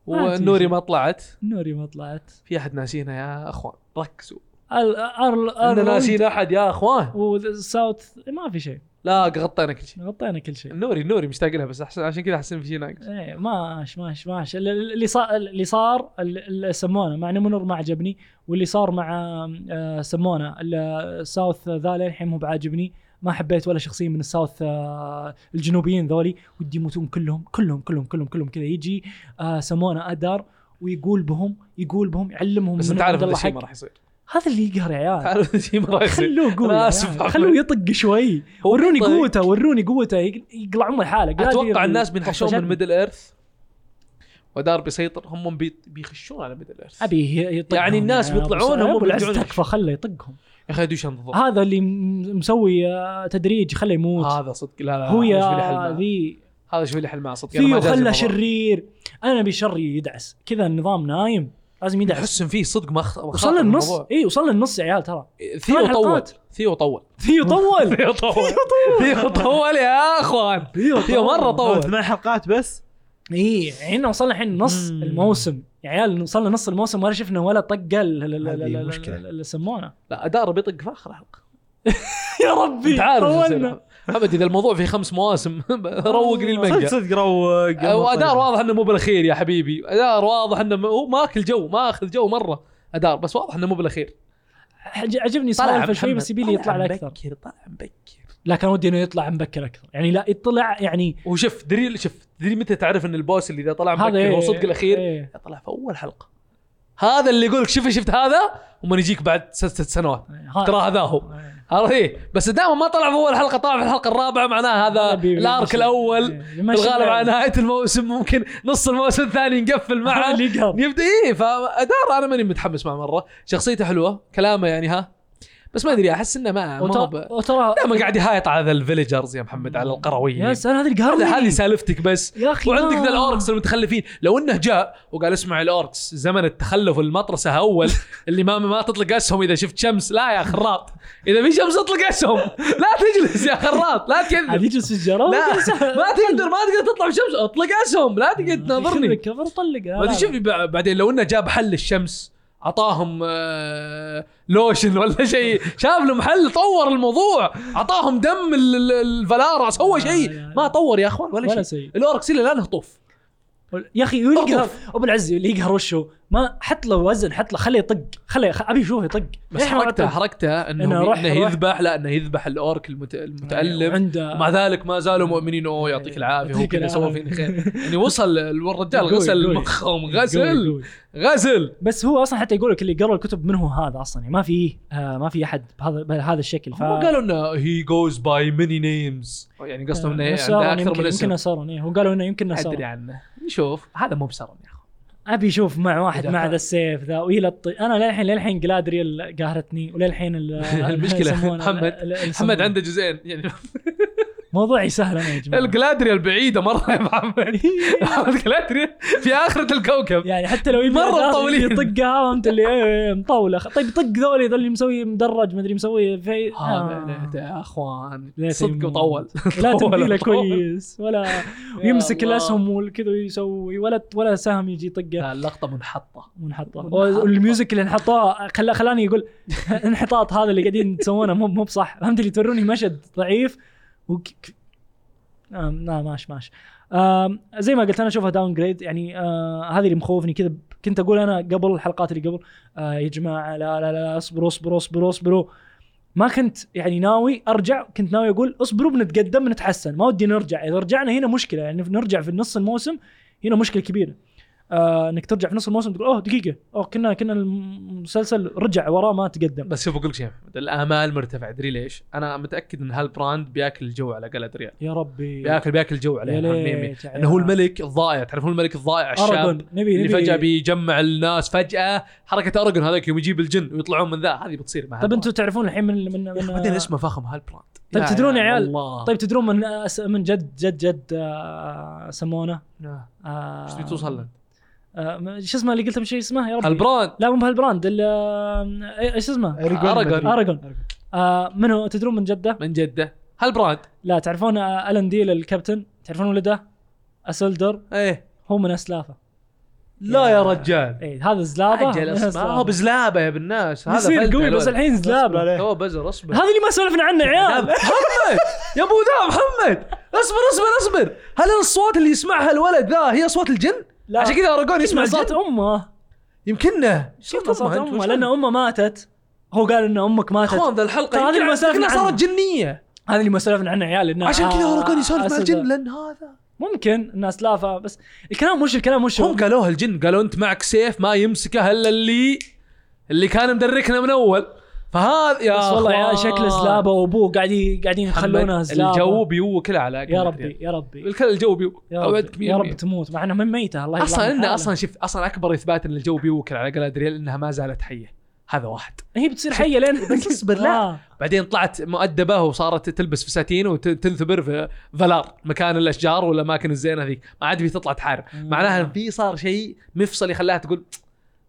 ما في
والنوري
شيء.
ما طلعت
نوري ما طلعت
في احد ناسينا يا اخوان ركزوا
ال- ارل
انا
ارل
ناسين احد يا اخوان
وساوث ما في شيء
لا غطينا كل شيء
غطينا كل شيء
النوري النوري مشتاق لها بس احسن عشان كذا احسن في شيء ناقص
ايه ماش ماش ماش ال- ال- اللي صار اللي صار ال- اللي سمونه مع نمونر ما عجبني واللي صار مع آه، سمونه ال- ساوث ذا للحين مو بعاجبني ما حبيت ولا شخصيه من الساوث آه، الجنوبيين ذولي ودي يموتون كلهم كلهم كلهم كلهم كلهم كذا يجي آه، سمونه ادار ويقول بهم يقول بهم يعلمهم
بس
من
انت عارف
عبد
هذا
الله
الشيء
حق.
ما راح يصير
هذا اللي يقهر يا عيال
تعرف هذا الشيء ما راح يصير
خلوه قوي
أنا
يا
آسف
عيال.
أحمد.
خلوه يطق شوي
هو
وروني
بيطق.
قوته وروني قوته يق- يقلع ام الحاله
اتوقع طيب، الناس بينحشون من
مدى
ميدل ايرث ودار بيسيطر هم بي- بيخشون على ميدل ايرث يا
ابي ي- يطقهم
يعني الناس
يا أبو
بيطلعون هم
سعيد. أبو العز
بيرجعون
تكفى خله يطقهم
اخي ادري عن الضوء
هذا اللي م- مسوي آه، تدريج خله يموت
هذا صدق لا لا
هو
هذا شوي لي
يا
حل معه.
ذي
هذا شوي لي
فيه
حل معه صدق أنا ما جاز
خله
الموضوع.
شرير انا ابي شر يدعس كذا النظام نايم لازم يدعس
احس ان فيه صدق ما أخ- ما
وصل
خاطر
للنص
الموضوع.
اي وصل للنص يا عيال ترى
ثيو
ثمان
طول
حلقات.
ثيو طول
فيه طول
ثيو طول ثيو طول يا اخوان ثيو مره
طول
طول
ثمان حلقات بس
اي عنا إيه، وصلنا الحين نص
مم.
الموسم يا عيال وصلنا نص الموسم ولا شفنا ولا طقه
هذه مشكلة.
اللي سمونه
لا اداره بيطق في اخر حلقه
يا ربي
انت عارف شو يصير.
طولنا
ابد اذا الموضوع فيه خمس مواسم روق لي
صدق
المانجا
صدق روق طيب.
وادار واضح انه مو بالاخير يا حبيبي ادار واضح انه م- هو ماكل جو ما اخذ جو مره ادار بس واضح انه مو بالاخير
حج- عجبني سالفه شوي بس يبي لي يطلع لي اكثر
مبكر طلع مبكر
لا كان ودي انه يطلع مبكر اكثر يعني لا يطلع يعني
وشوف دري شوف دري متى تعرف ان البوس اللي اذا طلع
هذا
مبكر هو
إيه،
صدق الاخير
إيه.
طلع في اول حلقه هذا اللي يقولك شوف شفت هذا وما يجيك بعد ست سنوات
ها-
ترى هذا هو
إيه.
عرفت إيه؟ بس دائما ما طلع في اول حلقه طلع في الحلقه الرابعه معناه هذا
بي-
الارك
بيمشي.
الاول
إيه. يمشي
الغالب
اللعبة.
على نهايه الموسم ممكن نص الموسم الثاني نقفل
هذا
معه
اللي يقهر
يبدا ايه فادار انا ماني متحمس معه مره شخصيته حلوه كلامه يعني ها بس ما ادري احس انه ما ما هو
وترى
ب-
وترى
دائما قاعد يهايط على الفيلجرز يا محمد على القرويه
يا سلام هذا اللي
هذا هذه
قهرني
سالفتك بس
يا اخي
وعندك
ما-
ذا الاوركس المتخلفين لو انه جاء وقال اسمع الاوركس زمن التخلف المطرسه اول اللي ما ما تطلق اسهم اذا شفت شمس لا يا خراط اذا في شمس اطلق اسهم لا تجلس يا خراط لا
عاد
تكذب
يجلس في الجرار
لا ما تقدر ما تقدر تطلع بشمس اطلق اسهم لا تقدر تناظرني
كفر طلق
ما تشوف بعدين لو انه جاب حل الشمس عطاهم آه، لوشن ولا شيء شاف لهم حل طور الموضوع عطاهم دم ال- ال- الفلارا سوى شيء ما طور يا اخوان ولا
ولا
شيء
شيء
الاوركس الى الان هطوف
يا اخي يقهر
أطلق.
ابو العز اللي يقهر وشه ما حط له وزن حط له خليه يطق خليه خ- ابي اشوفه يطق
بس
ليه ما
حركته
طق؟
حركته انه,
إيه، إنه
إنه,
روح-
إنه
روح.
يذبح لا انه يذبح الاورك المت... المتالم
عنده
مع ذلك ما زالوا مؤمنين اوه يعطيك العافيه هو
أيوه. يعطيك
كذا سوى
العافية.
فيني خير يعني وصل الرجال
قوي-
غسل
قوي.
مخهم
قوي-
غسل
قوي.
غسل
بس هو اصلا حتى يقول لك اللي قرا الكتب من هو هذا اصلا يعني ما في آه ما في احد بهذا بهذا الشكل
ف... قالوا انه هي جوز باي ماني نيمز يعني قصدهم
آه،
انه عنده اكثر من
يمكن
اسم
نسرن ايه وقالوا انه يمكن
ادري
نسرن
عنه نشوف هذا مو بسرن يا اخوان
ابي اشوف مع واحد
إذا
مع
كان-
ذا السيف ذا ويلطي انا للحين للحين جلادريل قهرتني وللحين ال-
المشكلة
يسمونه-
محمد-
ال- ال-
محمد
يسمونه.
عنده جزئين يعني
موضوعي سهل انا يا جماعه
الجلادريا البعيده مره يا محمد الجلادريا في اخره الكوكب
يعني حتى لو يبي
مرة
الأداة
مطولين.
اللي يطقها فهمت اللي إيه، مطوله طيب طق ذولي ذول اللي مسوي مدرج مدري مسوي في آه.
هذا لا، يا اخوان
لا
صدق
تيمون.
وطول
لا
طول-
تمثيله
طول.
كويس ولا يمسك
الله.
الاسهم والكذا يسوي ولا ولا سهم يجي يطقه
لا، اللقطه منحطه
ونحطه
منحطة.
والميوزك اللي انحطوه خلا خلاني يقول انحطاط هذا اللي قاعدين تسوونه مو مو بصح فهمت اللي توروني مشهد ضعيف وك... ك- آم، لا ماش ماش آم، زي ما قلت انا اشوفها داون جريد يعني آه هذه اللي مخوفني كذا كنت اقول انا قبل الحلقات اللي قبل آه يا جماعه لا لا لا اصبروا اصبروا اصبروا اصبروا ما كنت يعني ناوي ارجع كنت ناوي اقول اصبروا بنتقدم بنتحسن ما ودي نرجع اذا رجعنا هنا مشكله يعني نرجع في نص الموسم هنا مشكله كبيره آه انك ترجع في نص الموسم تقول اوه دقيقه اوه كنا كنا الم- المسلسل رجع وراه ما تقدم
بس شوف بقول لك شيء يا محمد الامال مرتفعه ادري ليش؟ انا متاكد ان هالبراند بياكل الجو على قلدريال
يا ربي
بياكل بياكل الجو عليه
يا
مية مية.
ليت، يا
انه هو
عيال.
الملك الضائع تعرف هو الملك الضائع الشاب
أراجون، نبي
اللي
نبي
فجاه بيجمع الناس فجاه حركه ارجن هذاك يوم يجيب الجن ويطلعون من ذا هذه بتصير مع
طيب
هالبراند.
انتم تعرفون الحين من من,
يا أخي
من
بعدين اسمه فخم هالبراند
طيب
يا
تدرون يا عيال،
الله
طيب تدرون من أس- من جد جد جد آه، سمونه
آه،
آه،
ايش تبي توصل له؟
آه، ما- شو اسمه اللي قلت شيء اسمه
آه.
يا ربي
البراند
لا مو بهالبراند ال- آه، ايش اسمه
أراجون.
أراجون. آه، من هو تدرون من جده
من جده هالبراند
لا تعرفون آه، الن ديل الكابتن تعرفون ولده اسلدر
ايه
هو من اسلافه
لا يا رجال
اي هذا زلابه
عجل
من
اسمه هو
أسلافة.
بزلابه يا بالناس هذا
يصير
فلتة
قوي
الولد.
بس الحين زلابه
أصبر عليه.
هو بزر اصبر
هذا اللي ما سولفنا عنه يا
يا
عيال
محمد يا ابو ذا محمد اصبر اصبر اصبر هل الصوت اللي يسمعها الولد ذا هي اصوات الجن؟
لا.
عشان كذا اراجون يسمع
اسمع صوت
الجن
امه
يمكنه
شفت صوت امه لان امه ماتت هو قال ان امك ماتت
اخوان ذا الحلقه
ترى هذه
يمكن
اللي ما سولفنا
يمكنها صارت
عنها.
جنيه
هذا اللي ما سولفنا عنه عيال انه
عشان كذا
آه،
اراجون يسولف مع
أسد-
الجن لان هذا
ممكن الناس لافه بس الكلام وش الكلام وش هو؟
هم قالوها الجن قالوا انت معك سيف ما يمسكه الا اللي اللي كان مدركنا من اول فهذا يا
بس والله يا
أخوان.
شكل زلابه وابوه قاعدين قاعدين
محمد،
يخلونه زلابه
آه، الجو بيوك له على
يا ربي يا ربي
الكل الجو بيوك
يا
أوعدك
رب,
مية
يا
مية.
رب تموت مع انه من ميته الله يبارك
اصلا انه
حاله.
اصلا شفت اصلا اكبر اثبات ان الجو بيوكل على جلادريال انها ما زالت حيه هذا واحد
هي بتصير حيه لين
بس اصبر، لا.
آه.
بعدين طلعت مؤدبه وصارت تلبس فساتين وتنثبر في فلار مكان الاشجار والاماكن الزينه ذيك ما عاد في تطلع تحارب معناها إن في صار شيء مفصل يخليها تقول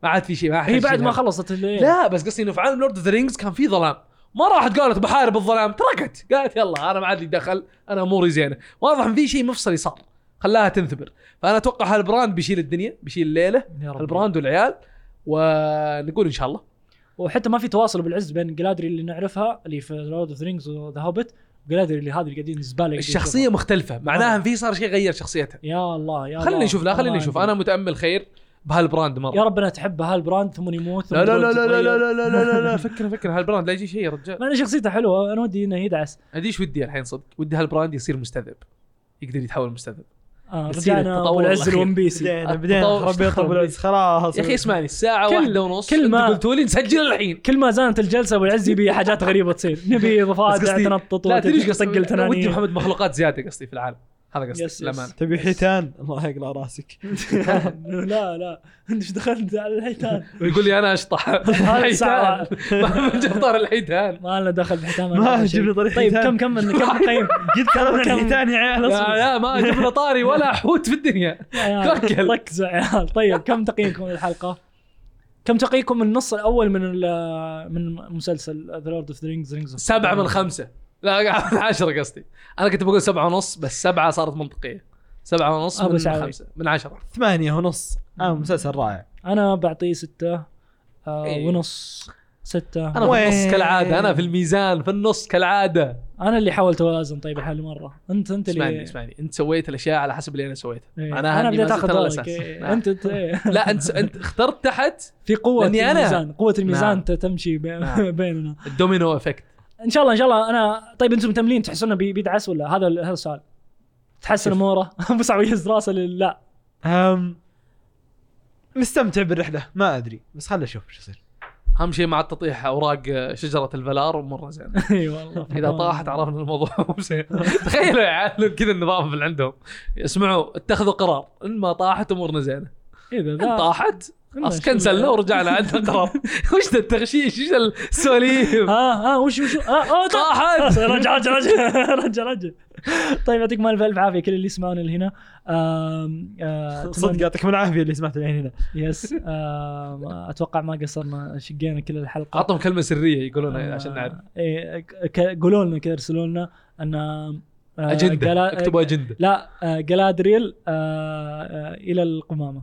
ما عاد في شيء ما عاد
هي
في
بعد
شيء
ما
هذا.
خلصت الليل.
لا بس قصدي انه في عالم لورد اوف ذا رينجز كان في ظلام ما راحت قالت بحارب الظلام تركت قالت يلا انا ما عاد لي دخل انا اموري زينه واضح ان في شيء مفصلي صار خلاها تنثبر فانا اتوقع هالبراند بيشيل الدنيا بيشيل الليله
يا ربي.
البراند والعيال ونقول ان شاء الله
وحتى ما في تواصل بالعز بين جلادري اللي نعرفها اللي في لورد اوف ذا رينجز وذا هوبت وجلادري اللي هذا اللي قاعدين زباله قاعدين
الشخصيه مختلفه معناها ان في صار شيء غير شخصيتها
يشوفها. يا الله آه. يا
خليني
الله.
نشوف لا خليني
الله
نشوف
يهديك.
انا متامل خير بهالبراند مره
يا ربنا تحب هالبراند ثم يموت ثم
لا لا لا
يقول
لا لا لا
تتغير.
لا لا لا لا لا فكر فكر هالبراند لا يجي شيء يا رجال
مع انه شخصيته حلوه انا ودي انه يدعس
اديش ودي الحين صدق ودي هالبراند يصير مستذئب يقدر يتحول مستذئب
آه
يصير
رجعنا
التطور
ابو العز
الأخير.
الون بيسي
بدينا بدينا
التطور
ربي يطلب
استخرب
العز خلاص
يا اخي اسمعني الساعه
كل-
واحدة ونص
كل
كل ما
ما-
قلتوا لي نسجل الحين
كل ما زانت الجلسه ابو العز يبي حاجات غريبه تصير نبي اضافات
بس قصدي-
تنطط
لا تدري ايش قصدي
وتطقل
أنا ودي
تنانين
محمد مخلوقات زياده قصدي في العالم هذا
يس،
قصدي
يس.
للامانه
تبي حيتان الله يقلع راسك
لا لا انت ايش دخلت على الحيتان
ويقول لي انا اشطح
صعب.
الحيتان ما من جبار الحيتان
ما لنا دخل بحيتان
ما
لنا شيء.
جبنا طريق
طيب كم
حيتان.
كم من كم قيم
قلت كلام الحيتان يا عيال
لا
اصبر
لا ما جبنا طاري ولا حوت في الدنيا توكل.
ركزوا يا عيال طيب كم تقييمكم للحلقه؟ كم تقييمكم من النص الاول من ال- من مسلسل ذا لورد اوف ذا رينجز رينجز
سبعة من خمسة لا عشرة قصدي أنا كنت بقول سبعة ونص بس سبعة صارت منطقية سبعة ونص
أبو
من
سعوي.
خمسة من عشرة
ثمانية ونص آه مسلسل رائع
انا بعطيه ستة آه
إيه.
ونص ستة
أنا في
وين؟
النص كالعادة أنا في الميزان في النص كالعادة
انا اللي حاولت اوازن طيب الحالي مرة انت انت
اسمعني
اللي
اسمعني أنت سويت الأشياء على حسب اللي أنا سويته
إيه.
معناها
انا
إني
بديت
ما
اخذ
زلت على
وضعك،
الأساس.
إيه.
نعم.
انت أنت- إيه.
لا أنت أنت اخترت تحت
في قوة
لأني أنا-
الميزان قوة الميزان
نعم.
ت- تمشي بي-
نعم.
بيننا
الدومينو افكت
ان شاء الله ان شاء الله انا طيب انتم متملين تحسون إنه بي- بيدعس ولا هذا هذا السؤال تحسن
شوف.
اموره ابو سعود يهز راسه لل- لا
أم مستمتع بالرحلة ما أدري بس خلنا نشوف ايش يصير
أهم شيء مع التطيح أوراق شجرة الفلار ومرة زين
اي والله
إذا طاحت عرفنا الموضوع مو زين تخيلوا يا عيال كذا النظام في اللي عندهم اسمعوا اتخذوا قرار إن ما طاحت أمورنا زينة
اذا
إن
ذا
طاحت
إما
خلاص
شيء-
كنسلنا ورجعنا عندنا قرار وش ذا التغشيش وش ذا السواليف
ها ها وش وش اه اه طاح
طاحت
رجع رجع رجع رجع رجع طيب يعطيكم الف الف عافيه كل اللي يسمعونا لهنا آم، آه،
صدق يعطيك من العافية اللي سمعت الحين هنا
يس آم، اتوقع ما قصرنا شقينا كل الحلقه
اعطهم كلمه سريه يقولونها طيب، عشان نعرف
آه، إيه، ك- قولوا لنا كذا ارسلوا لنا ان آه،
اجنده
جلا-
اكتبوا اجنده
لا آه، جلادريل آه، آه، الى القمامه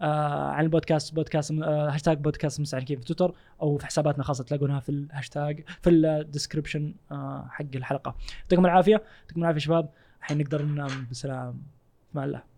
آه عن البودكاست بودكاست آه هاشتاج بودكاست مستعجل كيف في تويتر او في حساباتنا خاصه تلاقونها في الهاشتاج في الديسكربشن آه حق الحلقه يعطيكم العافيه يعطيكم العافيه يا شباب الحين نقدر ننام بسلام في امان الله